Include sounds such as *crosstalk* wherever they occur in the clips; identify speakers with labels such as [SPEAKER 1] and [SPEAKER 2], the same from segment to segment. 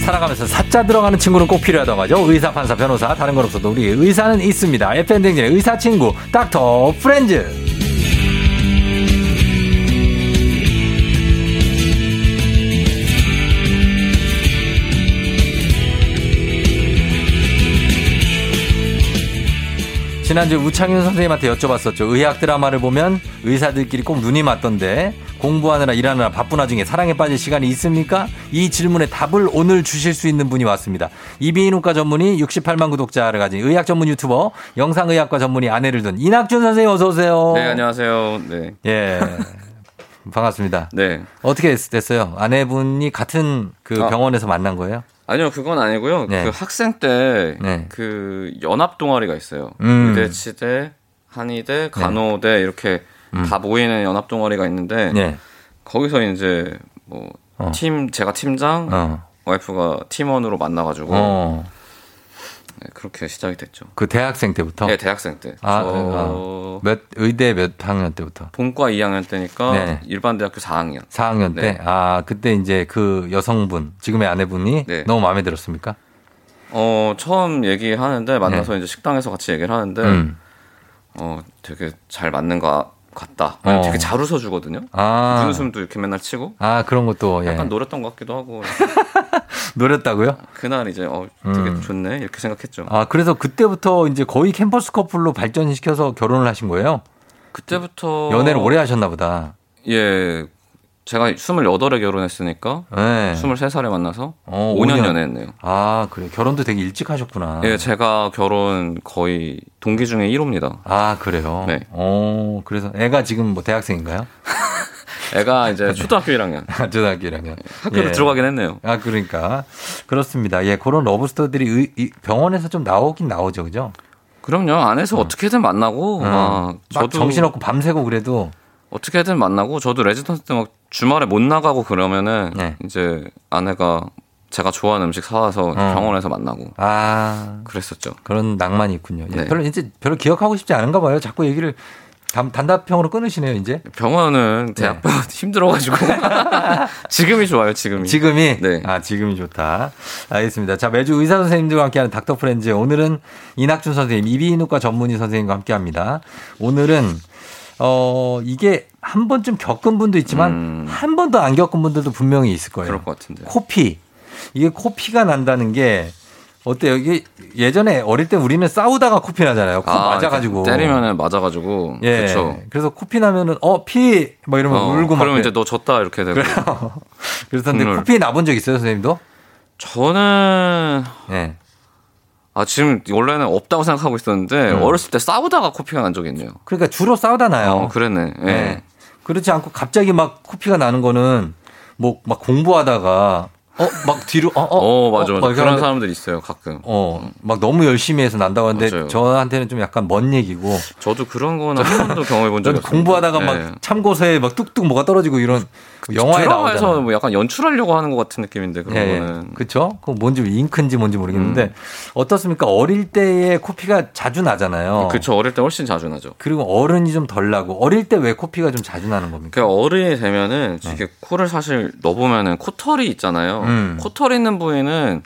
[SPEAKER 1] 살아가면서 사자 들어가는 친구는 꼭 필요하다고 하죠. 의사, 판사, 변호사, 다른 건 없어도 우리 의사는 있습니다. FN댕진의 의사 친구, 닥터 프렌즈. 지난주 우창윤 선생님한테 여쭤봤었죠. 의학 드라마를 보면 의사들끼리 꼭 눈이 맞던데 공부하느라 일하느라 바쁜 와중에 사랑에 빠질 시간이 있습니까? 이 질문에 답을 오늘 주실 수 있는 분이 왔습니다. 이비인후과 전문의 68만 구독자를 가진 의학 전문 유튜버 영상의학과 전문의 아내를 둔 이낙준 선생님 어서 오세요.
[SPEAKER 2] 네, 안녕하세요. 네.
[SPEAKER 1] 예. 반갑습니다.
[SPEAKER 2] 네.
[SPEAKER 1] 어떻게 됐어요? 아내분이 같은 그
[SPEAKER 2] 아.
[SPEAKER 1] 병원에서 만난 거예요?
[SPEAKER 2] 아니요, 그건 아니고요.
[SPEAKER 1] 네.
[SPEAKER 2] 그 학생 때,
[SPEAKER 1] 네.
[SPEAKER 2] 그 연합 동아리가 있어요.
[SPEAKER 1] 음.
[SPEAKER 2] 의대치대, 한의대, 간호대, 이렇게 다 모이는 연합 동아리가 있는데,
[SPEAKER 1] 음. 네.
[SPEAKER 2] 거기서 이제, 뭐,
[SPEAKER 1] 어.
[SPEAKER 2] 팀, 제가 팀장,
[SPEAKER 1] 어.
[SPEAKER 2] 와이프가 팀원으로 만나가지고,
[SPEAKER 1] 어.
[SPEAKER 2] 네, 그렇게 시작이 됐죠.
[SPEAKER 1] 그 대학생 때부터
[SPEAKER 2] 네, 대학생 때.
[SPEAKER 1] 아,
[SPEAKER 2] 저,
[SPEAKER 1] 아. 몇 의대 몇 학년 때부터?
[SPEAKER 2] 본과 2학년 때니까,
[SPEAKER 1] 네.
[SPEAKER 2] 일반 대학교 4학년.
[SPEAKER 1] 4학년
[SPEAKER 2] 네.
[SPEAKER 1] 때? 아, 그때 이제 그 여성분, 지금의 아내분이
[SPEAKER 2] 네.
[SPEAKER 1] 너무 마음에 들었습니까?
[SPEAKER 2] 어, 처음 얘기하는데, 만나서 이제 식당에서 같이 얘기를 하는데,
[SPEAKER 1] 네. 음.
[SPEAKER 2] 어, 되게 잘 맞는 것 같다. 아니,
[SPEAKER 1] 어.
[SPEAKER 2] 되게 잘 웃어주거든요.
[SPEAKER 1] 아.
[SPEAKER 2] 눈웃음도 이렇게 맨날 치고.
[SPEAKER 1] 아, 그런 것도, 예.
[SPEAKER 2] 약간 노렸던 것
[SPEAKER 1] *laughs*
[SPEAKER 2] 같기도 하고.
[SPEAKER 1] 노렸다고요?
[SPEAKER 2] 그날 이제, 어, 되게
[SPEAKER 1] 음.
[SPEAKER 2] 좋네. 이렇게 생각했죠.
[SPEAKER 1] 아, 그래서 그때부터 이제 거의 캠퍼스 커플로 발전시켜서 결혼을 하신 거예요?
[SPEAKER 2] 그때부터.
[SPEAKER 1] 연애를 오래 하셨나 보다.
[SPEAKER 2] 예. 제가 28에 결혼했으니까.
[SPEAKER 1] 예.
[SPEAKER 2] 23살에 만나서
[SPEAKER 1] 어,
[SPEAKER 2] 5년,
[SPEAKER 1] 오년.
[SPEAKER 2] 연애했네요.
[SPEAKER 1] 아, 그래. 결혼도 되게 일찍 하셨구나.
[SPEAKER 2] 예, 제가 결혼 거의 동기 중에 1호입니다.
[SPEAKER 1] 아, 그래요?
[SPEAKER 2] 네.
[SPEAKER 1] 어, 그래서 애가 지금 뭐 대학생인가요? *laughs*
[SPEAKER 2] 애가 이제 초등학교 1학년.
[SPEAKER 1] 초등학교라면.
[SPEAKER 2] 학교를
[SPEAKER 1] 예.
[SPEAKER 2] 들어가긴 했네요.
[SPEAKER 1] 아, 그러니까. 그렇습니다. 예, 그런 러브스토들이 의- 이 병원에서 좀 나오긴 나오죠, 그죠?
[SPEAKER 2] 그럼요. 안에서 어떻게든 만나고,
[SPEAKER 1] 어.
[SPEAKER 2] 아,
[SPEAKER 1] 음. 막
[SPEAKER 2] 저도
[SPEAKER 1] 정신없고 밤새고 그래도
[SPEAKER 2] 어떻게든 만나고 저도 레지던트 때 막 주말에 못 나가고 그러면은
[SPEAKER 1] 네.
[SPEAKER 2] 이제 아내가 제가 좋아하는 음식 사와서
[SPEAKER 1] 어.
[SPEAKER 2] 병원에서 만나고
[SPEAKER 1] 아
[SPEAKER 2] 그랬었죠.
[SPEAKER 1] 그런 낭만이 있군요. 예,
[SPEAKER 2] 네.
[SPEAKER 1] 별로 이제 별로 기억하고 싶지 않은가 봐요. 자꾸 얘기를 단, 단답형으로 끊으시네요. 이제
[SPEAKER 2] 병원은 대학병원 *laughs* 힘들어가지고 지금이 좋아요. 지금이.
[SPEAKER 1] 네. 지금이
[SPEAKER 2] 네.
[SPEAKER 1] 아 지금이 좋다. 알겠습니다. 자 매주 의사 선생님들과 함께하는 닥터 프렌즈 오늘은 이낙준 선생님 이비인후과 전문의 선생님과 함께합니다. 오늘은 어 이게 한 번쯤 겪은 분도 있지만
[SPEAKER 2] 음.
[SPEAKER 1] 한 번도 안 겪은 분들도 분명히 있을 거예요.
[SPEAKER 2] 그럴 것 같은데.
[SPEAKER 1] 코피. 이게 코피가 난다는 게 어때요? 이게 예전에 어릴 때 우리는 싸우다가 코피 나잖아요. 코 맞아가지고.
[SPEAKER 2] 이렇게 때리면은 맞아가지고.
[SPEAKER 1] 예.
[SPEAKER 2] 그렇죠.
[SPEAKER 1] 그래서 코피 나면은 어, 피! 막 이러면 울고 막.
[SPEAKER 2] 그러면 이제 너 졌다 이렇게 되고.
[SPEAKER 1] 그렇던데
[SPEAKER 2] 눈물.
[SPEAKER 1] 코피 나본 적 있어요, 선생님도?
[SPEAKER 2] 저는
[SPEAKER 1] 예.
[SPEAKER 2] 아 지금 원래는 없다고 생각하고 있었는데
[SPEAKER 1] 음.
[SPEAKER 2] 어렸을 때 싸우다가 코피가 난 적이 있네요.
[SPEAKER 1] 그러니까 주로 싸우다 나요.
[SPEAKER 2] 어, 그랬네. 예.
[SPEAKER 1] 예. 그렇지 않고 갑자기 막 코피가 나는 거는 뭐 막 공부하다가 어, 막 뒤로 어, 어.
[SPEAKER 2] 어, 맞아.
[SPEAKER 1] 어,
[SPEAKER 2] 맞아.
[SPEAKER 1] 막
[SPEAKER 2] 그런
[SPEAKER 1] 이러는데
[SPEAKER 2] 사람들 있어요, 가끔.
[SPEAKER 1] 어, 막 너무 열심히 해서 난다고 하는데
[SPEAKER 2] 맞아요.
[SPEAKER 1] 저한테는 좀 약간 먼 얘기고
[SPEAKER 2] 저도 그런 거는 한 번도 경험해 본
[SPEAKER 1] 저는
[SPEAKER 2] 적이 없어요.
[SPEAKER 1] 공부하다가
[SPEAKER 2] 예. 그
[SPEAKER 1] 막 참고서에 막 뚝뚝 뭐가 떨어지고 이런 영화에
[SPEAKER 2] 드라마에서
[SPEAKER 1] 나오잖아요. 예,
[SPEAKER 2] 뭐 약간 연출하려고 하는 것 같은 느낌인데 그런 거는 음.
[SPEAKER 1] 그쵸? 그 뭔지 잉크인지 뭔지 모르겠는데 어떻습니까? 어릴 때에 코피가 자주 나잖아요.
[SPEAKER 2] 그쵸 어릴 때 훨씬 자주 나죠.
[SPEAKER 1] 그리고 어른이 좀 덜 나고 어릴 때 왜 코피가 좀 자주 나는 겁니까?
[SPEAKER 2] 그 어른이 되면은 이게 코를 사실 넣어보면은 코털이 있잖아요.
[SPEAKER 1] 음.
[SPEAKER 2] 코털 있는 부위는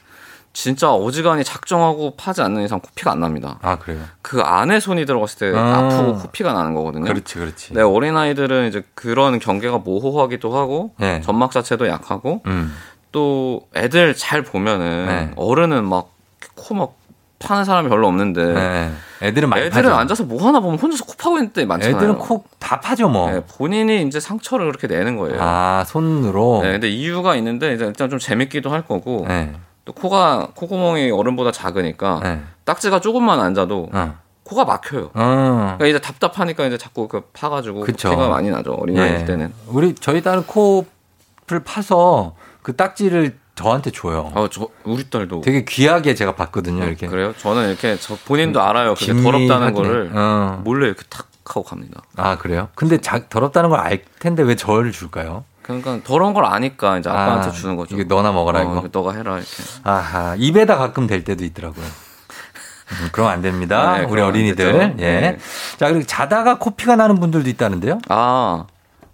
[SPEAKER 2] 진짜 어지간히 작정하고 파지 않는 이상 코피가 안 납니다.
[SPEAKER 1] 아 그래요.
[SPEAKER 2] 그 안에 손이 들어갔을 때
[SPEAKER 1] 아.
[SPEAKER 2] 아. 프고 코피가 나는 거거든요.
[SPEAKER 1] 그렇지, 그렇지.
[SPEAKER 2] 네, 어린 아이들은 이제 그런 경계가 모호하기도 하고
[SPEAKER 1] 네.
[SPEAKER 2] 점막 자체도 약하고
[SPEAKER 1] 음.
[SPEAKER 2] 또 애들 잘 보면은
[SPEAKER 1] 네.
[SPEAKER 2] 어른은 막 코 막 파는 사람이 별로 없는데
[SPEAKER 1] 네. 애들은 많이
[SPEAKER 2] 애들은
[SPEAKER 1] 파죠.
[SPEAKER 2] 앉아서 뭐 하나 보면 혼자서 코 파고 있는 때 많잖아요.
[SPEAKER 1] 애들은 코 다 파죠 뭐.
[SPEAKER 2] 네, 본인이 이제 상처를 그렇게 내는 거예요.
[SPEAKER 1] 아 손으로.
[SPEAKER 2] 네, 근데 이유가 있는데 이제 일단 좀 재밌기도 할 거고
[SPEAKER 1] 네.
[SPEAKER 2] 또 코가 코구멍이 어른보다 작으니까
[SPEAKER 1] 네.
[SPEAKER 2] 딱지가 조금만 앉아도
[SPEAKER 1] 어.
[SPEAKER 2] 코가 막혀요.
[SPEAKER 1] 어.
[SPEAKER 2] 그러니까 이제 답답하니까 이제 자꾸 그 파가지고
[SPEAKER 1] 그쵸.
[SPEAKER 2] 피가 많이 나죠 어린아이
[SPEAKER 1] 예.
[SPEAKER 2] 때는.
[SPEAKER 1] 우리 저희 딸은 코를 파서 그 딱지를 저한테 줘요.
[SPEAKER 2] 아, 저 우리 딸도
[SPEAKER 1] 되게 귀하게 제가 봤거든요. 이렇게 음,
[SPEAKER 2] 그래요. 저는 이렇게 저 본인도 알아요. 그게
[SPEAKER 1] 기민하긴
[SPEAKER 2] 더럽다는
[SPEAKER 1] 해.
[SPEAKER 2] 거를
[SPEAKER 1] 어.
[SPEAKER 2] 몰래 이렇게 탁 하고 갑니다.
[SPEAKER 1] 아 그래요? 근데 자, 더럽다는 걸 알 텐데 왜 저를 줄까요?
[SPEAKER 2] 그러니까 더러운 걸 아니까 이제 아빠한테
[SPEAKER 1] 아,
[SPEAKER 2] 주는 거죠.
[SPEAKER 1] 이게 너나 먹어라
[SPEAKER 2] 어,
[SPEAKER 1] 이거.
[SPEAKER 2] 너가 해라 이렇게.
[SPEAKER 1] 아하 입에다 가끔 될 때도 있더라고요. 음, 그럼 안 됩니다.
[SPEAKER 2] 네,
[SPEAKER 1] 우리
[SPEAKER 2] 그럼 안
[SPEAKER 1] 어린이들.
[SPEAKER 2] 되죠.
[SPEAKER 1] 예.
[SPEAKER 2] 네.
[SPEAKER 1] 자 그리고 자다가 코피가 나는 분들도 있다는데요.
[SPEAKER 2] 아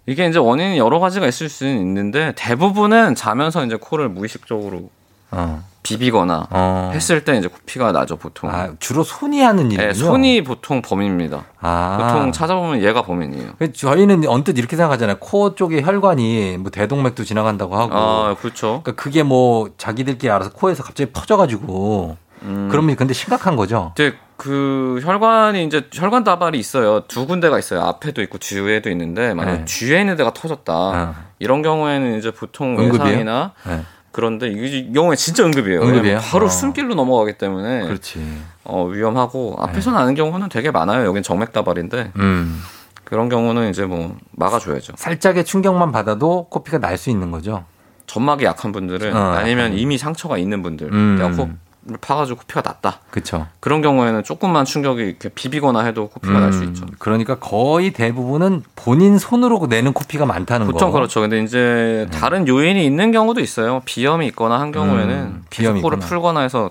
[SPEAKER 2] 이게 이제 원인이 여러 가지가 있을 수는 있는데 대부분은 자면서 이제 코를 무의식적으로
[SPEAKER 1] 어.
[SPEAKER 2] 비비거나
[SPEAKER 1] 어.
[SPEAKER 2] 했을 때 이제 코피가 나죠 보통.
[SPEAKER 1] 아, 주로 손이 하는 일이요.
[SPEAKER 2] 예, 손이 보통 범입니다.
[SPEAKER 1] 아.
[SPEAKER 2] 보통 찾아보면 얘가 범인이에요.
[SPEAKER 1] 그 저희는 언뜻 이렇게 생각하잖아요. 코 쪽에 혈관이 뭐 대동맥도 지나간다고 하고.
[SPEAKER 2] 아 그렇죠.
[SPEAKER 1] 그러니까 그게 뭐 자기들끼리 알아서 코에서 갑자기 퍼져가지고.
[SPEAKER 2] 음,
[SPEAKER 1] 그러면 근데 심각한 거죠.
[SPEAKER 2] 이제 그 혈관이 이제 혈관 다발이 있어요. 두 군데가 있어요. 앞에도 있고 뒤에도 있는데 만약
[SPEAKER 1] 네.
[SPEAKER 2] 에 뒤에 있는 데가 터졌다
[SPEAKER 1] 아.
[SPEAKER 2] 이런 경우에는 이제 보통
[SPEAKER 1] 응급이에요?
[SPEAKER 2] 외상이나
[SPEAKER 1] 네.
[SPEAKER 2] 그런데 이 경우에 진짜 응급이에요.
[SPEAKER 1] 응급이에요?
[SPEAKER 2] 왜냐면 바로
[SPEAKER 1] 어.
[SPEAKER 2] 숨길로 넘어가기 때문에
[SPEAKER 1] 그렇지.
[SPEAKER 2] 어, 위험하고 앞에서 나는 경우는 되게 많아요. 여긴 정맥 다발인데
[SPEAKER 1] 음.
[SPEAKER 2] 그런 경우는 이제 뭐 막아줘야죠.
[SPEAKER 1] 살짝의 충격만 받아도 코피가 날 수 있는 거죠.
[SPEAKER 2] 점막이 약한 분들은
[SPEAKER 1] 어.
[SPEAKER 2] 아니면 이미 상처가 있는 분들
[SPEAKER 1] 음.
[SPEAKER 2] 내가 코를 파가지고 코피가 났다
[SPEAKER 1] 그렇죠.
[SPEAKER 2] 그런 경우에는 조금만 충격이 이렇게 비비거나 해도 코피가 날 수 있죠.
[SPEAKER 1] 그러니까 거의 대부분은 본인 손으로 내는 코피가 많다는 거. 음.
[SPEAKER 2] 보통 그렇죠. 근데 이제 다른 요인이 있는 경우도 있어요. 비염이 있거나 한 경우에는
[SPEAKER 1] 음,
[SPEAKER 2] 계속
[SPEAKER 1] 비염이
[SPEAKER 2] 코를
[SPEAKER 1] 있구나.
[SPEAKER 2] 풀거나 해서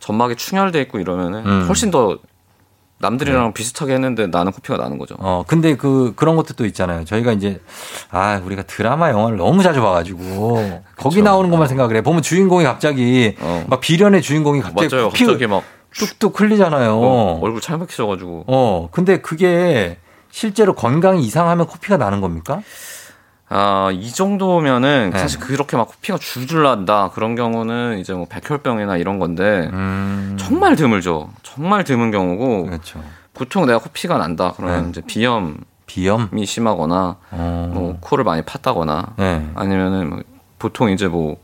[SPEAKER 2] 점막이 충혈돼 있고 이러면은
[SPEAKER 1] 음. 네.
[SPEAKER 2] 훨씬 더 남들이랑 비슷하게 했는데 나는 코피가 나는 거죠.
[SPEAKER 1] 어, 근데 그, 그런 것도 또 있잖아요. 저희가 이제, 아, 우리가 드라마 영화를 너무 자주 봐가지고, 거기 나오는 것만 생각을 해. 보면 주인공이 갑자기,
[SPEAKER 2] 어.
[SPEAKER 1] 막 비련의 주인공이 갑자기
[SPEAKER 2] 맞아요.
[SPEAKER 1] 피
[SPEAKER 2] 갑자기 막
[SPEAKER 1] 뚝뚝 흘리잖아요.
[SPEAKER 2] 어,
[SPEAKER 1] 어.
[SPEAKER 2] 얼굴 찰박해져가지고
[SPEAKER 1] 근데 그게 실제로 건강이 이상하면 코피가 나는 겁니까?
[SPEAKER 2] 아이 정도면은
[SPEAKER 1] 네.
[SPEAKER 2] 사실 그렇게 막 코피가 줄줄 난다 그런 경우는 이제 뭐 백혈병이나 이런 건데
[SPEAKER 1] 음.
[SPEAKER 2] 정말 드물죠. 정말 드문 경우고
[SPEAKER 1] 그렇죠.
[SPEAKER 2] 보통 내가 코피가 난다 그러면
[SPEAKER 1] 네.
[SPEAKER 2] 이제 비염이
[SPEAKER 1] 비염?
[SPEAKER 2] 심하거나
[SPEAKER 1] 어.
[SPEAKER 2] 뭐 코를 많이 팠다거나
[SPEAKER 1] 네.
[SPEAKER 2] 아니면은 뭐 보통 이제 뭐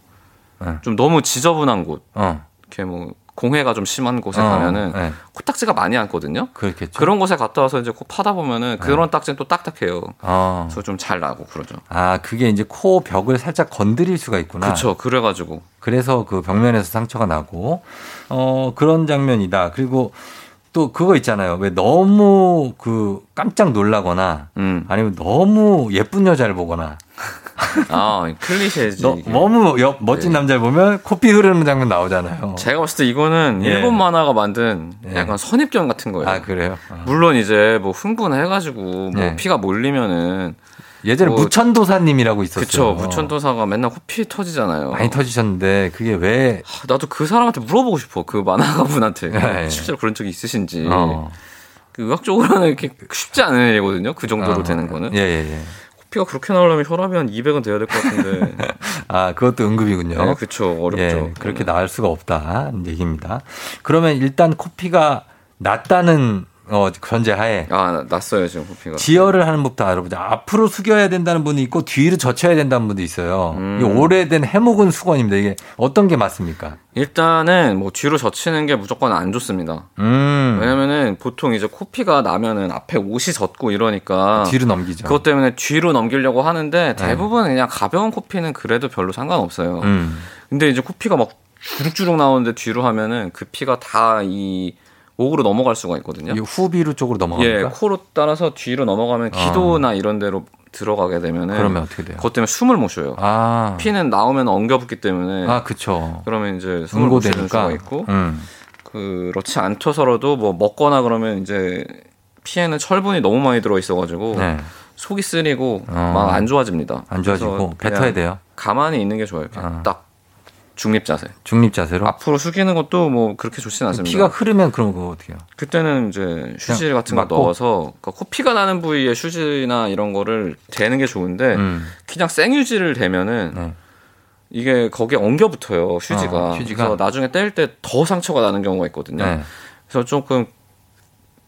[SPEAKER 2] 좀
[SPEAKER 1] 네.
[SPEAKER 2] 너무 지저분한 곳
[SPEAKER 1] 어.
[SPEAKER 2] 이렇게 뭐 공해가 좀 심한 곳에
[SPEAKER 1] 어,
[SPEAKER 2] 가면은
[SPEAKER 1] 네.
[SPEAKER 2] 코딱지가 많이 앉거든요.
[SPEAKER 1] 그렇겠죠.
[SPEAKER 2] 그런 곳에 갔다 와서 이제 코 파다 보면은 그런 딱지는 또 딱딱해요.
[SPEAKER 1] 네. 어.
[SPEAKER 2] 그래서 좀 잘 나고 그러죠.
[SPEAKER 1] 아, 그게 이제 코 벽을 살짝 건드릴 수가 있구나.
[SPEAKER 2] 그렇죠. 그래가지고
[SPEAKER 1] 그래서 그 벽면에서 상처가 나고 어 그런 장면이다. 그리고 또 그거 있잖아요. 왜 너무 그 깜짝 놀라거나
[SPEAKER 2] 음.
[SPEAKER 1] 아니면 너무 예쁜 여자를 보거나
[SPEAKER 2] 아 클리셰지.
[SPEAKER 1] 너, 뭐?
[SPEAKER 2] 이게. 네.
[SPEAKER 1] 너무 여- 멋진 남자를 보면 코피 흐르는 장면 나오잖아요.
[SPEAKER 2] 제가 봤을 때 이거는
[SPEAKER 1] 예.
[SPEAKER 2] 일본 만화가 만든
[SPEAKER 1] 예.
[SPEAKER 2] 약간 선입견 같은 거예요.
[SPEAKER 1] 아 그래요. 어.
[SPEAKER 2] 물론 이제 뭐 흥분해가지고 뭐
[SPEAKER 1] 예.
[SPEAKER 2] 피가 몰리면은
[SPEAKER 1] 예전에
[SPEAKER 2] 뭐-
[SPEAKER 1] 무천도사님이라고 있었어요.
[SPEAKER 2] 그쵸 무천도사가 맨날 코피 터지잖아요.
[SPEAKER 1] 많이 터지셨는데 그게 왜
[SPEAKER 2] 하, 나도 그 사람한테 물어보고 싶어. 그 만화가 분한테
[SPEAKER 1] 예.
[SPEAKER 2] 실제로 그런 적이 있으신지.
[SPEAKER 1] 어.
[SPEAKER 2] 그 의학적으로는 이렇게 쉽지 않은 일이거든요. 그 정도로
[SPEAKER 1] 어.
[SPEAKER 2] 되는 거는.
[SPEAKER 1] 예예예.
[SPEAKER 2] 코피가 그렇게 나오려면 혈압이 한 200은 돼야 될 것
[SPEAKER 1] *laughs*
[SPEAKER 2] 같은데.
[SPEAKER 1] 아 그것도 응급이군요.
[SPEAKER 2] 네, 그쵸 어렵죠.
[SPEAKER 1] 예, 그렇게 나을 수가 없다 는 얘기입니다. 그러면 일단 코피가 낮다는 어, 전제하에
[SPEAKER 2] 아 나- 났어요 지금 코피가.
[SPEAKER 1] 지혈을 하는 법도 알아보자. 앞으로 숙여야 된다는 분이 있고 뒤로 젖혀야 된다는 분도 있어요.
[SPEAKER 2] 음.
[SPEAKER 1] 이 오래된 해묵은 수건입니다. 이게 어떤 게 맞습니까?
[SPEAKER 2] 일단은 뭐 뒤로 젖히는 게 무조건 안 좋습니다.
[SPEAKER 1] 음,
[SPEAKER 2] 왜냐면은 보통 이제 코피가 나면은 앞에 옷이 젖고 이러니까
[SPEAKER 1] 뒤로 네. 넘기죠.
[SPEAKER 2] 그것 때문에 뒤로 넘기려고 하는데 대부분 그냥 가벼운 코피는 그래도 별로 상관없어요.
[SPEAKER 1] 음,
[SPEAKER 2] 근데 이제 코피가 막 주룩주룩 나오는데 뒤로 하면은 그 피가 다 이 목으로 넘어갈 수가 있거든요.
[SPEAKER 1] 이 후비루 쪽으로
[SPEAKER 2] 예,
[SPEAKER 1] 넘어갑니까? 아.
[SPEAKER 2] 코로 따라서 뒤로 넘어가면 기도나 이런 데로 들어가게 되면은
[SPEAKER 1] 그러면 어떻게 돼요?
[SPEAKER 2] 그것 때문에 숨을 못 쉬어요.
[SPEAKER 1] 아,
[SPEAKER 2] 네. 피는 나오면 엉겨붙기 때문에
[SPEAKER 1] 아, 그쵸.
[SPEAKER 2] 그러면 이제 숨을 못 쉬는
[SPEAKER 1] 응고되니까.
[SPEAKER 2] 수가 있고
[SPEAKER 1] 음,
[SPEAKER 2] 그렇지 않더라도 뭐 먹거나 그러면 이제 피에는 철분이 너무 많이 들어 있어가지고
[SPEAKER 1] 네,
[SPEAKER 2] 속이 쓰리고
[SPEAKER 1] 어.
[SPEAKER 2] 막 안 좋아집니다.
[SPEAKER 1] 안
[SPEAKER 2] 그래서
[SPEAKER 1] 좋아지고
[SPEAKER 2] 그냥
[SPEAKER 1] 뱉어야 돼요.
[SPEAKER 2] 가만히 있는 게 좋아요. 그냥
[SPEAKER 1] 어.
[SPEAKER 2] 딱 중립 자세.
[SPEAKER 1] 중립 자세로.
[SPEAKER 2] 앞으로 숙이는 것도 뭐 그렇게 좋진
[SPEAKER 1] 어?
[SPEAKER 2] 않습니다.
[SPEAKER 1] 피가 흐르면 그럼 그거 어떻게 해요?
[SPEAKER 2] 그때는 이제 휴지
[SPEAKER 1] 그냥
[SPEAKER 2] 같은 거
[SPEAKER 1] 막고?
[SPEAKER 2] 넣어서 그러니까 코피가 나는 부위에 휴지나 이런 거를 대는 게 좋은데
[SPEAKER 1] 음.
[SPEAKER 2] 그냥 생휴지를 대면은
[SPEAKER 1] 네.
[SPEAKER 2] 이게 거기에 엉겨 붙어요 휴지가.
[SPEAKER 1] 어, 휴지가.
[SPEAKER 2] 그래서 나중에 뗄 때 더 상처가 나는 경우가 있거든요.
[SPEAKER 1] 네.
[SPEAKER 2] 그래서 조금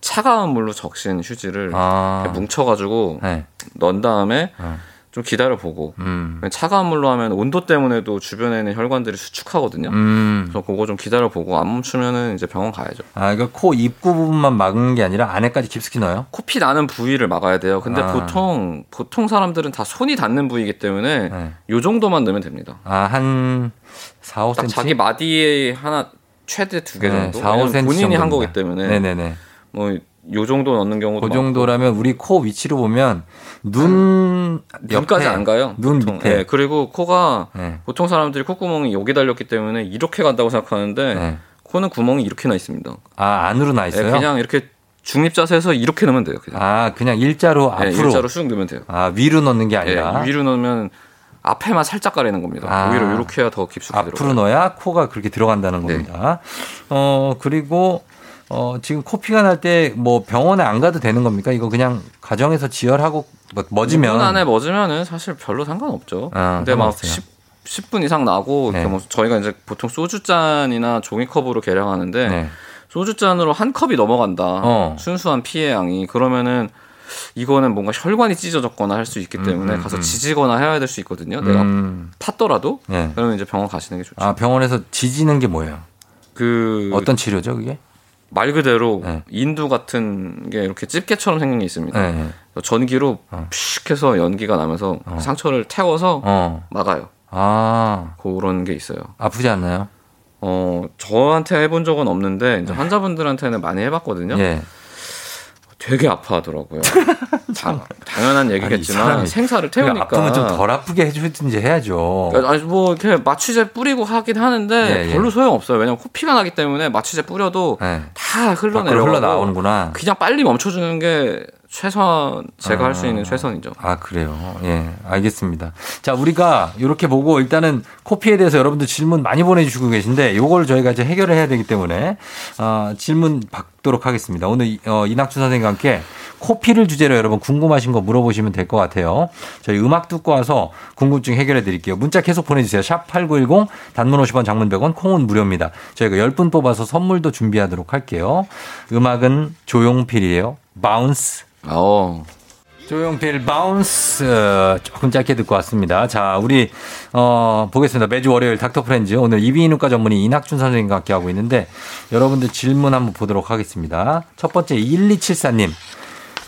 [SPEAKER 2] 차가운 물로 적신 휴지를
[SPEAKER 1] 아.
[SPEAKER 2] 이렇게 뭉쳐가지고
[SPEAKER 1] 네.
[SPEAKER 2] 넣은 다음에
[SPEAKER 1] 어.
[SPEAKER 2] 좀 기다려 보고
[SPEAKER 1] 음.
[SPEAKER 2] 차가운 물로 하면 온도 때문에도 주변에 있는 혈관들이 수축하거든요.
[SPEAKER 1] 음.
[SPEAKER 2] 그래서 그거 좀 기다려 보고 안 멈추면은 이제 병원 가야죠.
[SPEAKER 1] 아, 이거 코 입구 부분만 막는 게 아니라 안에까지 깊숙이 넣어요?
[SPEAKER 2] 코피 나는 부위를 막아야 돼요. 근데
[SPEAKER 1] 아.
[SPEAKER 2] 보통 보통 사람들은 다 손이 닿는 부위이기 때문에
[SPEAKER 1] 네.
[SPEAKER 2] 요 정도만 넣으면 됩니다.
[SPEAKER 1] 아, 한 4, 5cm.
[SPEAKER 2] 딱 자기 마디에 하나 최대 두 개 정도. 왜냐면 본인이 한 거기 때문에
[SPEAKER 1] 네, 네네네.
[SPEAKER 2] 뭐 요 정도 넣는 경우도
[SPEAKER 1] 그 정도라면 우리 코 위치로 보면 눈,
[SPEAKER 2] 많고. 눈까지
[SPEAKER 1] 옆에,
[SPEAKER 2] 안 가요.
[SPEAKER 1] 눈
[SPEAKER 2] 보통.
[SPEAKER 1] 밑에.
[SPEAKER 2] 네, 그리고 코가
[SPEAKER 1] 네.
[SPEAKER 2] 보통 사람들이 콧구멍이 여기 달렸기 때문에 이렇게 간다고 생각하는데
[SPEAKER 1] 네.
[SPEAKER 2] 코는 구멍이 이렇게나 있습니다.
[SPEAKER 1] 아, 안으로 나
[SPEAKER 2] 네,
[SPEAKER 1] 있어요?
[SPEAKER 2] 그냥 이렇게 중립 자세에서 이렇게 넣으면 돼요. 그냥
[SPEAKER 1] 아, 그냥 일자로
[SPEAKER 2] 네,
[SPEAKER 1] 앞으로.
[SPEAKER 2] 일자로 쑥 넣으면 돼요.
[SPEAKER 1] 아, 위로 넣는 게 아니라.
[SPEAKER 2] 예, 위로 넣으면 앞에만 살짝 가리는 겁니다.
[SPEAKER 1] 아.
[SPEAKER 2] 오히려 이렇게 해야 더 깊숙이
[SPEAKER 1] 앞으로
[SPEAKER 2] 들어가요.
[SPEAKER 1] 넣어야 코가 그렇게 들어간다는
[SPEAKER 2] 네.
[SPEAKER 1] 겁니다. 어 그리고 어 지금 코피가 날 때 뭐 병원에 안 가도 되는 겁니까? 이거 그냥 가정에서 지혈하고 뭐 멎으면
[SPEAKER 2] 10분 네, 안에 멎으면은 사실 별로 상관없죠.
[SPEAKER 1] 아,
[SPEAKER 2] 근데 막
[SPEAKER 1] 상관없어요.
[SPEAKER 2] 10, 10분 이상 나고 이렇게
[SPEAKER 1] 네.
[SPEAKER 2] 뭐 저희가 이제 보통 소주잔이나 종이컵으로 계량하는데
[SPEAKER 1] 네.
[SPEAKER 2] 소주잔으로 한 컵이 넘어간다.
[SPEAKER 1] 어.
[SPEAKER 2] 순수한 피해 양이 그러면은 이거는 뭔가 혈관이 찢어졌거나 할 수 있기 때문에
[SPEAKER 1] 음, 음,
[SPEAKER 2] 가서
[SPEAKER 1] 음.
[SPEAKER 2] 지지거나 해야 될 수 있거든요. 내가
[SPEAKER 1] 음,
[SPEAKER 2] 팠더라도
[SPEAKER 1] 네.
[SPEAKER 2] 그러면 이제 병원 가시는 게 좋죠.
[SPEAKER 1] 아 병원에서 지지는 게 뭐예요?
[SPEAKER 2] 그
[SPEAKER 1] 어떤 치료죠 그게?
[SPEAKER 2] 말 그대로
[SPEAKER 1] 네.
[SPEAKER 2] 인두 같은 게 이렇게 집게처럼 생긴 게 있습니다.
[SPEAKER 1] 네. 네.
[SPEAKER 2] 전기로
[SPEAKER 1] 어.
[SPEAKER 2] 픽 해서 연기가 나면서
[SPEAKER 1] 어.
[SPEAKER 2] 상처를 태워서
[SPEAKER 1] 어.
[SPEAKER 2] 막아요.
[SPEAKER 1] 아
[SPEAKER 2] 그런 게 있어요.
[SPEAKER 1] 아프지 않나요?
[SPEAKER 2] 어, 저한테 해본 적은 없는데 이제 환자분들한테는 많이 해봤거든요.
[SPEAKER 1] 네. 예. *laughs*
[SPEAKER 2] 되게 아파하더라고요. 다- 당연한 얘기겠지만
[SPEAKER 1] 아니, 이 사람이
[SPEAKER 2] 생사를 태우니까.
[SPEAKER 1] 그러니까 아프면 좀 덜 아프게 해주든지 해야죠.
[SPEAKER 2] 아니 뭐 이렇게 마취제 뿌리고 하긴 하는데
[SPEAKER 1] 예, 예.
[SPEAKER 2] 별로 소용 없어요. 왜냐면 코피가 나기 때문에 마취제 뿌려도
[SPEAKER 1] 네.
[SPEAKER 2] 다 흘러내려.
[SPEAKER 1] 밖으로 흘러나오는구나.
[SPEAKER 2] 그냥 빨리 멈춰주는 게 최선 제가 할 수 있는 최선이죠.
[SPEAKER 1] 아 그래요. 예, 알겠습니다. 자, 우리가 이렇게 보고 일단은 코피에 대해서 여러분들 질문 많이 보내주시고 계신데 요걸 저희가 이제 해결을 해야 되기 때문에 아, 질문 받도록 하겠습니다. 오늘 이- 어, 이낙준 선생님과 함께 코피를 주제로 여러분 궁금하신 거 물어보시면 될 것 같아요. 저희 음악 듣고 와서 궁금증 해결해 드릴게요. 문자 계속 보내주세요. 샵 #8910 단문 50원, 장문 100원, 콩은 무료입니다. 저희가 10분 뽑아서 선물도 준비하도록 할게요. 음악은 조용필이에요. 바운스.
[SPEAKER 2] 어,
[SPEAKER 1] 조용필 바운스 어, 조금 짧게 듣고 왔습니다. 자, 우리 어, 보겠습니다. 매주 월요일 닥터 프렌즈 오늘 이비인후과 전문의 이낙준 선생님과 함께 하고 있는데 여러분들 질문 한번 보도록 하겠습니다. 첫 번째 1274님.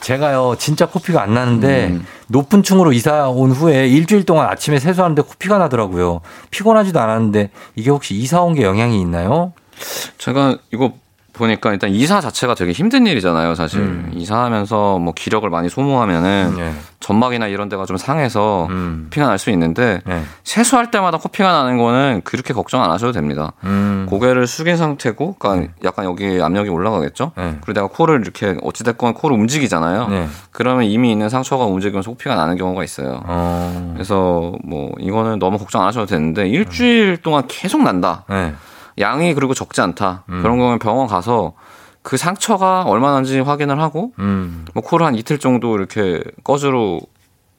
[SPEAKER 1] 제가요 진짜 코피가 안 나는데
[SPEAKER 2] 음.
[SPEAKER 1] 높은 층으로 이사 온 후에 일주일 동안 아침에 세수하는데 코피가 나더라고요. 피곤하지도 않았는데 이게 혹시 이사 온 게 영향이 있나요?
[SPEAKER 2] 제가 이거 보니까 일단 이사 자체가 되게 힘든 일이잖아요, 사실.
[SPEAKER 1] 음.
[SPEAKER 2] 이사하면서 뭐 기력을 많이 소모하면은
[SPEAKER 1] 네.
[SPEAKER 2] 점막이나 이런 데가 좀 상해서
[SPEAKER 1] 음.
[SPEAKER 2] 코피가 날 수 있는데
[SPEAKER 1] 네.
[SPEAKER 2] 세수할 때마다 코피가 나는 거는 그렇게 걱정 안 하셔도 됩니다.
[SPEAKER 1] 음.
[SPEAKER 2] 고개를 숙인 상태고, 그러니까 약간 여기 압력이 올라가겠죠.
[SPEAKER 1] 네.
[SPEAKER 2] 그리고 내가 코를 이렇게 어찌됐건 코를 움직이잖아요.
[SPEAKER 1] 네.
[SPEAKER 2] 그러면 이미 있는 상처가 움직이면서 코피가 나는 경우가 있어요.
[SPEAKER 1] 어.
[SPEAKER 2] 그래서 뭐 이거는 너무 걱정 안 하셔도 되는데 일주일 동안 계속 난다.
[SPEAKER 1] 네.
[SPEAKER 2] 양이 그리고 적지 않다.
[SPEAKER 1] 음.
[SPEAKER 2] 그런 거면 병원 가서 그 상처가 얼마나인지 확인을 하고
[SPEAKER 1] 음.
[SPEAKER 2] 뭐 코를 한 이틀 정도 이렇게 꺼즈로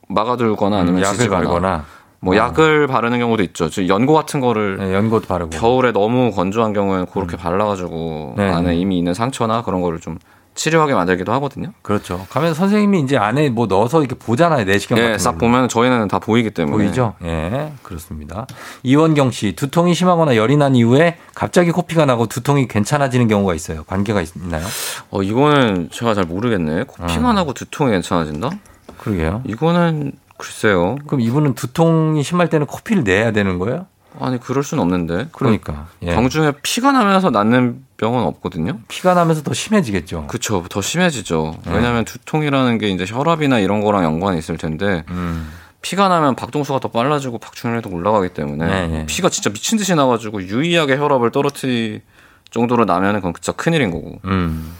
[SPEAKER 2] 막아둘거나 아니면
[SPEAKER 1] 음, 약을
[SPEAKER 2] 지지거나
[SPEAKER 1] 바르거나 음.
[SPEAKER 2] 뭐 약을 바르는 경우도 있죠. 즉 연고 같은 거를
[SPEAKER 1] 네, 연고도 바르고.
[SPEAKER 2] 겨울에 너무 건조한 경우에는 그렇게
[SPEAKER 1] 음.
[SPEAKER 2] 발라가지고
[SPEAKER 1] 네,
[SPEAKER 2] 안에
[SPEAKER 1] 네.
[SPEAKER 2] 이미 있는 상처나 그런 거를 좀 치료하게 만들기도 하거든요.
[SPEAKER 1] 그렇죠. 가면 선생님이 이제 안에 뭐 넣어서 이렇게 보잖아요. 내시경
[SPEAKER 2] 예,
[SPEAKER 1] 같은
[SPEAKER 2] 싹
[SPEAKER 1] 걸로.
[SPEAKER 2] 보면 저희는 다 보이기 때문에
[SPEAKER 1] 보이죠? 예, 그렇습니다. 이원경 씨, 두통이 심하거나 열이 난 이후에 갑자기 코피가 나고 두통이 괜찮아지는 경우가 있어요. 관계가 있- 있나요?
[SPEAKER 2] 어 이거는 제가 잘 모르겠네.
[SPEAKER 1] 음.
[SPEAKER 2] 코피만 하고 두통이 괜찮아진다?
[SPEAKER 1] 그러게요.
[SPEAKER 2] 이거는 글쎄요.
[SPEAKER 1] 그럼 이분은 두통이 심할 때는 코피를 내야 되는 거예요?
[SPEAKER 2] 아니 그럴 순 없는데.
[SPEAKER 1] 그러니까. 예.
[SPEAKER 2] 경중에 피가 나면서 낫는 병은 없거든요.
[SPEAKER 1] 피가 나면서 더 심해지겠죠.
[SPEAKER 2] 그쵸, 더 심해지죠.
[SPEAKER 1] 예.
[SPEAKER 2] 왜냐하면 두통이라는 게 이제 혈압이나 이런 거랑 연관이 있을 텐데
[SPEAKER 1] 음.
[SPEAKER 2] 피가 나면 박동수가 더 빨라지고 박충혈도 올라가기 때문에
[SPEAKER 1] 네, 네.
[SPEAKER 2] 피가 진짜 미친 듯이 나가지고 유의하게 혈압을 떨어뜨릴 정도로 나면은 그건 진짜 큰일인 거고.
[SPEAKER 1] 음.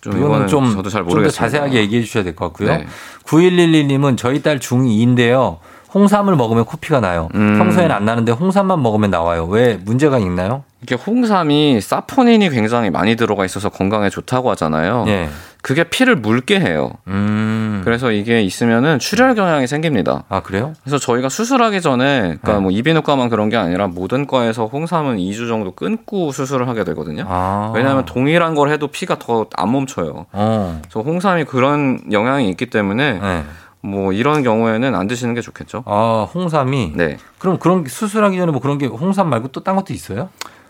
[SPEAKER 2] 좀
[SPEAKER 1] 이거는
[SPEAKER 2] 이거는
[SPEAKER 1] 좀,
[SPEAKER 2] 저도 잘
[SPEAKER 1] 좀 더
[SPEAKER 2] 모르겠어요.
[SPEAKER 1] 자세하게 얘기해 주셔야 될 것 같고요.
[SPEAKER 2] 네.
[SPEAKER 1] 9111님은 저희 딸 중2인데요. 홍삼을 먹으면 코피가 나요.
[SPEAKER 2] 음.
[SPEAKER 1] 평소엔 안 나는데 홍삼만 먹으면 나와요. 왜 문제가 있나요?
[SPEAKER 2] 이게 홍삼이 사포닌이 굉장히 많이 들어가 있어서 건강에 좋다고 하잖아요.
[SPEAKER 1] 예.
[SPEAKER 2] 그게 피를 묽게 해요.
[SPEAKER 1] 음.
[SPEAKER 2] 그래서 이게 있으면은 출혈 경향이 생깁니다.
[SPEAKER 1] 아 그래요?
[SPEAKER 2] 그래서 저희가 수술하기 전에 그러니까
[SPEAKER 1] 네.
[SPEAKER 2] 뭐 이비인후과만 그런 게 아니라 모든 과에서 홍삼은 2주 정도 끊고 수술을 하게 되거든요.
[SPEAKER 1] 아
[SPEAKER 2] 왜냐하면 동일한 걸 해도 피가 더 안 멈춰요.
[SPEAKER 1] 어.
[SPEAKER 2] 저 홍삼이 그런 영향이 있기 때문에
[SPEAKER 1] 네.
[SPEAKER 2] 뭐 이런 경우에는 안 드시는 게 좋겠죠.
[SPEAKER 1] 아 홍삼이
[SPEAKER 2] 네.
[SPEAKER 1] 그럼 그런 게 수술하기 전에 뭐 그런 게 홍삼 말고 또 딴 것도 있어요?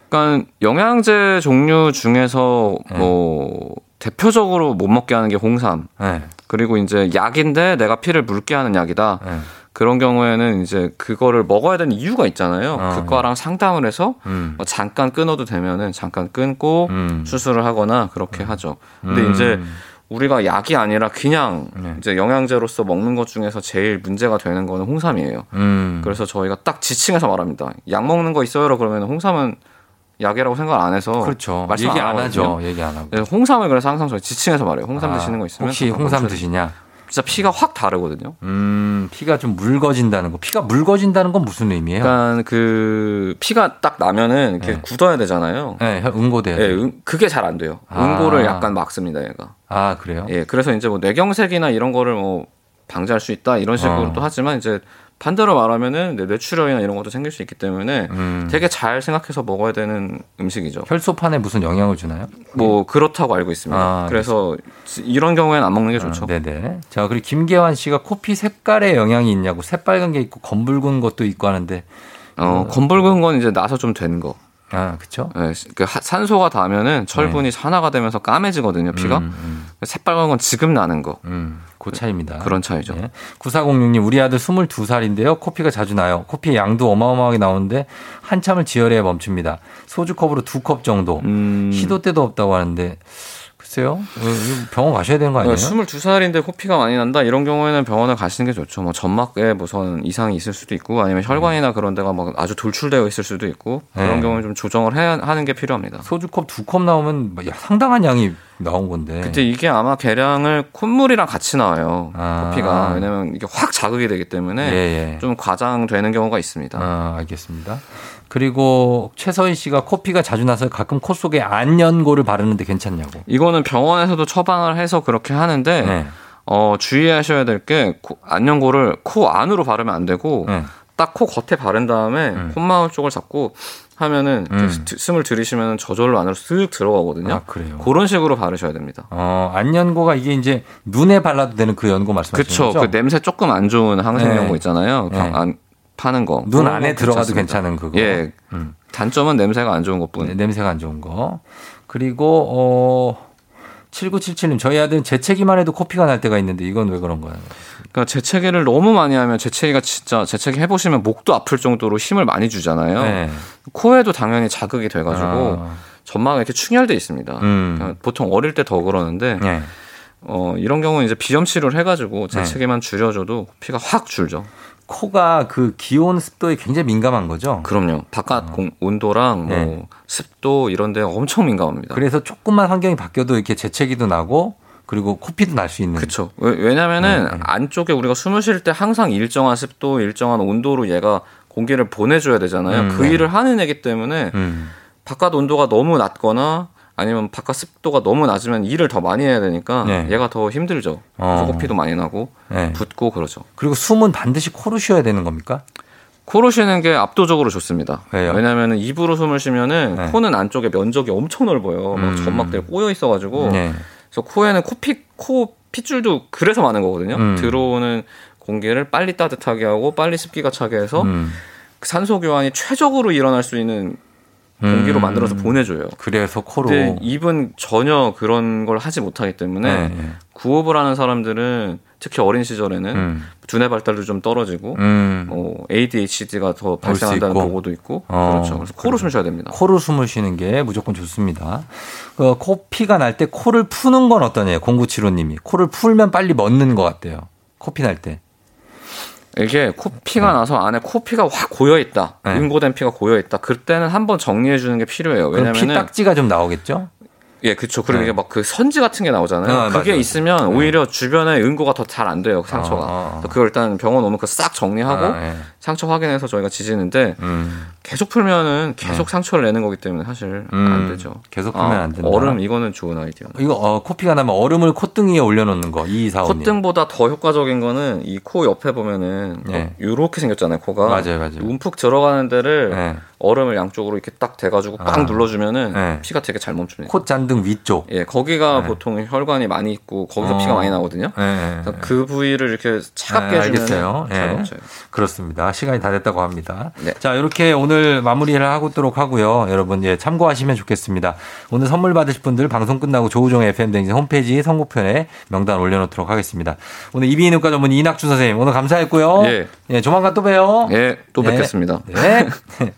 [SPEAKER 2] 그러니까 영양제 종류 중에서
[SPEAKER 1] 네.
[SPEAKER 2] 뭐 대표적으로 못 먹게 하는 게 홍삼.
[SPEAKER 1] 네.
[SPEAKER 2] 그리고 이제 약인데 내가 피를 묽게 하는 약이다.
[SPEAKER 1] 네.
[SPEAKER 2] 그런 경우에는 이제 그거를 먹어야 되는 이유가 있잖아요.
[SPEAKER 1] 아,
[SPEAKER 2] 그과랑 상담을 해서
[SPEAKER 1] 음.
[SPEAKER 2] 뭐 잠깐 끊어도 되면은 잠깐 끊고
[SPEAKER 1] 음.
[SPEAKER 2] 수술을 하거나 그렇게 하죠. 근데 이제 우리가 약이 아니라 그냥
[SPEAKER 1] 네.
[SPEAKER 2] 이제 영양제로서 먹는 것 중에서 제일 문제가 되는 거는 홍삼이에요.
[SPEAKER 1] 음.
[SPEAKER 2] 그래서 저희가 딱 지칭해서 말합니다. 약 먹는 거 있어요? 그러면 홍삼은 약이라고 생각 안 해서 네,
[SPEAKER 1] 그렇죠.
[SPEAKER 2] 말씀
[SPEAKER 1] 얘기 안
[SPEAKER 2] 하거든요.
[SPEAKER 1] 하죠. 얘기 안 하고.
[SPEAKER 2] 그래서 홍삼을 그래서 항상 저희 지칭해서 말해요. 홍삼
[SPEAKER 1] 아,
[SPEAKER 2] 드시는 거 있으면
[SPEAKER 1] 혹시
[SPEAKER 2] 잠깐
[SPEAKER 1] 홍삼
[SPEAKER 2] 검색해
[SPEAKER 1] 드시냐?
[SPEAKER 2] 진짜 피가 확 다르거든요.
[SPEAKER 1] 음, 피가 좀 묽어진다는 거. 피가 묽어진다는 건 무슨 의미예요?
[SPEAKER 2] 약간 그 피가 딱 나면은 이렇게
[SPEAKER 1] 네.
[SPEAKER 2] 굳어야 되잖아요.
[SPEAKER 1] 네, 응고돼요.
[SPEAKER 2] 예, 응- 그게 잘 안 돼요.
[SPEAKER 1] 아.
[SPEAKER 2] 응고를 약간 막습니다, 얘가.
[SPEAKER 1] 아, 그래요?
[SPEAKER 2] 예, 그래서 이제 뭐 뇌경색이나 이런 거를 뭐 방지할 수 있다 이런 식으로
[SPEAKER 1] 어.
[SPEAKER 2] 또 하지만 이제 반대로 말하면은 뇌- 뇌출혈이나 이런 것도 생길 수 있기 때문에
[SPEAKER 1] 음.
[SPEAKER 2] 되게 잘 생각해서 먹어야 되는 음식이죠.
[SPEAKER 1] 혈소판에 무슨 영향을 주나요?
[SPEAKER 2] 뭐 그렇다고 알고 있습니다.
[SPEAKER 1] 아,
[SPEAKER 2] 그래서 이런 경우에는 안 먹는 게 좋죠.
[SPEAKER 1] 아, 네네. 자, 그리고 김계환 씨가 코피 색깔에 영향이 있냐고 새빨간 게 있고 검붉은 것도 있고 하는데
[SPEAKER 2] 어, 검붉은 건 이제 나서 좀 된 거.
[SPEAKER 1] 아, 그쵸?
[SPEAKER 2] 예, 그 하- 산소가 닿으면은 철분이 산화가 되면서 까매지거든요, 피가.
[SPEAKER 1] 음,
[SPEAKER 2] 새빨간 건 지금 나는 거.
[SPEAKER 1] 음, 음. 그 차이입니다.
[SPEAKER 2] 그런 차이죠.
[SPEAKER 1] 네. 9406님, 우리 아들 22살인데요. 코피가 자주 나요. 코피 양도 어마어마하게 나오는데 한참을 지혈해야 멈춥니다. 소주컵으로 두 컵 정도.
[SPEAKER 2] 음.
[SPEAKER 1] 시도 때도 없다고 하는데 글쎄요. 어, 이거 병원 가셔야 되는 거 아니에요?
[SPEAKER 2] 그러니까 22살인데 코피가 많이 난다 이런 경우에는 병원을 가시는 게 좋죠. 뭐 점막에 무슨 이상이 있을 수도 있고 아니면 혈관이나 그런 데가 막 아주 돌출되어 있을 수도 있고 그런
[SPEAKER 1] 음. 네.
[SPEAKER 2] 경우는 좀 조정을 해야 하는 게 필요합니다.
[SPEAKER 1] 소주컵 두 컵 나오면 뭐 야, 상당한 양이 나온 건데.
[SPEAKER 2] 근데 이게 아마 계량을 콧물이랑 같이 나와요.
[SPEAKER 1] 아.
[SPEAKER 2] 코피가 왜냐면 이게 확 자극이 되기 때문에
[SPEAKER 1] 예, 예.
[SPEAKER 2] 좀 과장되는 경우가 있습니다.
[SPEAKER 1] 아, 알겠습니다. 그리고 최서희 씨가 코피가 자주 나서 가끔 코 속에 안연고를 바르는데 괜찮냐고.
[SPEAKER 2] 이거는 병원에서도 처방을 해서 그렇게 하는데
[SPEAKER 1] 네.
[SPEAKER 2] 어, 주의하셔야 될 게 안연고를 코 안으로 바르면 안 되고
[SPEAKER 1] 네.
[SPEAKER 2] 딱 코 겉에 바른 다음에 콧마울 쪽을 잡고 하면은 이렇게
[SPEAKER 1] 음.
[SPEAKER 2] 스- 숨을 들이시면 저절로 안으로 쓱 들어가거든요.
[SPEAKER 1] 아, 그래요.
[SPEAKER 2] 그런 식으로 바르셔야 됩니다.
[SPEAKER 1] 어, 안연고가 이게 이제 눈에 발라도 되는 그 연고 말씀하시는
[SPEAKER 2] 그쵸.
[SPEAKER 1] 거죠?
[SPEAKER 2] 그 냄새 조금 안 좋은 항생
[SPEAKER 1] 네.
[SPEAKER 2] 연고 있잖아요.
[SPEAKER 1] 네.
[SPEAKER 2] 방- 안 파는 거.
[SPEAKER 1] 눈
[SPEAKER 2] 그런
[SPEAKER 1] 안에
[SPEAKER 2] 거
[SPEAKER 1] 들어가도
[SPEAKER 2] 괜찮습니다.
[SPEAKER 1] 괜찮은 그거.
[SPEAKER 2] 예.
[SPEAKER 1] 음.
[SPEAKER 2] 단점은 냄새가 안 좋은 것뿐.
[SPEAKER 1] 네, 냄새가 안 좋은 거. 그리고 어 7977님 저희 아들은 재채기만 해도 코피가 날 때가 있는데 이건 왜 그런 거예요?
[SPEAKER 2] 그러니까 재채기를 너무 많이 하면 재채기가 진짜 재채기 해보시면 목도 아플 정도로 힘을 많이 주잖아요.
[SPEAKER 1] 네.
[SPEAKER 2] 코에도 당연히 자극이 돼가지고
[SPEAKER 1] 아,
[SPEAKER 2] 점막이 이렇게 충혈돼 있습니다.
[SPEAKER 1] 음.
[SPEAKER 2] 그러니까 보통 어릴 때 더 그러는데
[SPEAKER 1] 네.
[SPEAKER 2] 어, 이런 경우는 이제 비염 치료를 해가지고 재채기만 줄여줘도 피가 확 줄죠.
[SPEAKER 1] 코가 그 기온 습도에 굉장히 민감한 거죠.
[SPEAKER 2] 그럼요. 바깥 공- 온도랑 뭐
[SPEAKER 1] 아. 네.
[SPEAKER 2] 습도 이런 데 엄청
[SPEAKER 1] 그러니까.
[SPEAKER 2] 민감합니다.
[SPEAKER 1] 그래서 조금만 환경이 바뀌어도 이렇게 재채기도 나고 그리고 코피도 날 수 있는.
[SPEAKER 2] 그렇죠. 왜냐면은
[SPEAKER 1] 네, 네.
[SPEAKER 2] 안쪽에 우리가 숨을 쉴 때 항상 일정한 습도, 일정한 온도로 얘가 공기를 보내줘야 되잖아요.
[SPEAKER 1] 음,
[SPEAKER 2] 그
[SPEAKER 1] 네.
[SPEAKER 2] 일을 하는 애기 때문에
[SPEAKER 1] 음.
[SPEAKER 2] 바깥 온도가 너무 낮거나 아니면 바깥 습도가 너무 낮으면 일을 더 많이 해야 되니까
[SPEAKER 1] 네.
[SPEAKER 2] 얘가 더 힘들죠.
[SPEAKER 1] 어.
[SPEAKER 2] 음. 그래서 코피도 많이 나고
[SPEAKER 1] 네.
[SPEAKER 2] 붓고 그러죠.
[SPEAKER 1] 그리고 숨은 반드시 코로 쉬어야 되는 겁니까?
[SPEAKER 2] 코로 쉬는 게 압도적으로 좋습니다.
[SPEAKER 1] 왜요?
[SPEAKER 2] 왜냐하면 입으로 숨을 쉬면은
[SPEAKER 1] 네.
[SPEAKER 2] 코는 안쪽에 면적이 엄청 넓어요. 막
[SPEAKER 1] 음.
[SPEAKER 2] 점막들이 꼬여 있어가지고
[SPEAKER 1] 네.
[SPEAKER 2] 그래서 코에는 코피 코 핏줄도 그래서 많은 거거든요.
[SPEAKER 1] 음.
[SPEAKER 2] 들어오는 공기를 빨리 따뜻하게 하고 빨리 습기가 차게 해서 그
[SPEAKER 1] 음.
[SPEAKER 2] 산소 교환이 최적으로 일어날 수 있는 공기로
[SPEAKER 1] 음.
[SPEAKER 2] 만들어서 보내줘요.
[SPEAKER 1] 그래서 코로.
[SPEAKER 2] 근데 입은 전혀 그런 걸 하지 못하기 때문에
[SPEAKER 1] 네, 네.
[SPEAKER 2] 구호흡을 하는 사람들은 특히 어린 시절에는
[SPEAKER 1] 음.
[SPEAKER 2] 두뇌 발달도 좀 떨어지고
[SPEAKER 1] 음.
[SPEAKER 2] 뭐 ADHD가 더 발생한다는
[SPEAKER 1] 있고.
[SPEAKER 2] 보고도 있고
[SPEAKER 1] 어,
[SPEAKER 2] 그렇죠. 그래서 코로 숨 쉬어야 됩니다.
[SPEAKER 1] 코로 숨을 쉬는 게 무조건 좋습니다. 어, 코피가 날 때 코를 푸는 건 어떠냐요? 공구치로님이 코를 풀면 빨리 멎는 것 같대요. 코피 날 때.
[SPEAKER 2] 이게 코피가 나서 안에 코피가 확 고여 있다.
[SPEAKER 1] 네.
[SPEAKER 2] 인고된 피가 고여 있다. 그때는 한번 정리해 주는 게 필요해요.
[SPEAKER 1] 그럼
[SPEAKER 2] 왜냐면은
[SPEAKER 1] 피딱지가 좀 나오겠죠?
[SPEAKER 2] 예, 그쵸. 그리고
[SPEAKER 1] 네.
[SPEAKER 2] 이게 막 그 선지 같은 게 나오잖아요.
[SPEAKER 1] 아,
[SPEAKER 2] 그게
[SPEAKER 1] 맞아요.
[SPEAKER 2] 있으면 오히려 주변에 응고가 더 잘 안 돼요. 그 상처가.
[SPEAKER 1] 어, 어, 어.
[SPEAKER 2] 그래서 그걸 일단 병원 오면 그 싹 정리하고
[SPEAKER 1] 아, 예.
[SPEAKER 2] 상처 확인해서 저희가 지지는데
[SPEAKER 1] 음.
[SPEAKER 2] 계속 풀면은 계속 상처를 내는 거기 때문에 사실 안
[SPEAKER 1] 네. 음,
[SPEAKER 2] 되죠.
[SPEAKER 1] 계속 풀면
[SPEAKER 2] 아,
[SPEAKER 1] 안 된다.
[SPEAKER 2] 얼음 이거는 좋은 아이디어.
[SPEAKER 1] 이거 어, 코피가 나면 얼음을 콧등위에 올려놓는 거. 이 사원님.
[SPEAKER 2] 콧등보다 더 효과적인 거는 이 코 옆에 보면은
[SPEAKER 1] 네.
[SPEAKER 2] 이렇게 생겼잖아요 코가
[SPEAKER 1] 맞아요, 맞아요.
[SPEAKER 2] 움푹 들어가는 데를
[SPEAKER 1] 네.
[SPEAKER 2] 얼음을 양쪽으로 이렇게 딱 대가지고 꽉
[SPEAKER 1] 아.
[SPEAKER 2] 눌러주면은
[SPEAKER 1] 네.
[SPEAKER 2] 피가 되게 잘 멈춥니다.
[SPEAKER 1] 콧잔등 위쪽.
[SPEAKER 2] 예, 거기가 보통 혈관이 많이 있고 거기서
[SPEAKER 1] 어.
[SPEAKER 2] 피가 많이 나거든요.
[SPEAKER 1] 예, 예,
[SPEAKER 2] 그래서 그 부위를 이렇게 차갑게
[SPEAKER 1] 아, 알겠어요.
[SPEAKER 2] 해주면 잘
[SPEAKER 1] 예.
[SPEAKER 2] 멈춰요.
[SPEAKER 1] 그렇습니다. 시간이 다 됐다고 합니다.
[SPEAKER 2] 네.
[SPEAKER 1] 자, 이렇게 오늘 마무리를 하도록 하고요. 여러분, 예, 참고하시면 좋겠습니다. 오늘 선물 받으실 분들 방송 끝나고 조우종 FM 댕진 홈페이지 선곡편에 명단 올려놓도록 하겠습니다. 오늘 이비인후과 전문 이낙준 선생님, 오늘 감사했고요.
[SPEAKER 2] 예.
[SPEAKER 1] 조만간 또 봬요.
[SPEAKER 2] 예, 또 뵙겠습니다.
[SPEAKER 1] 네.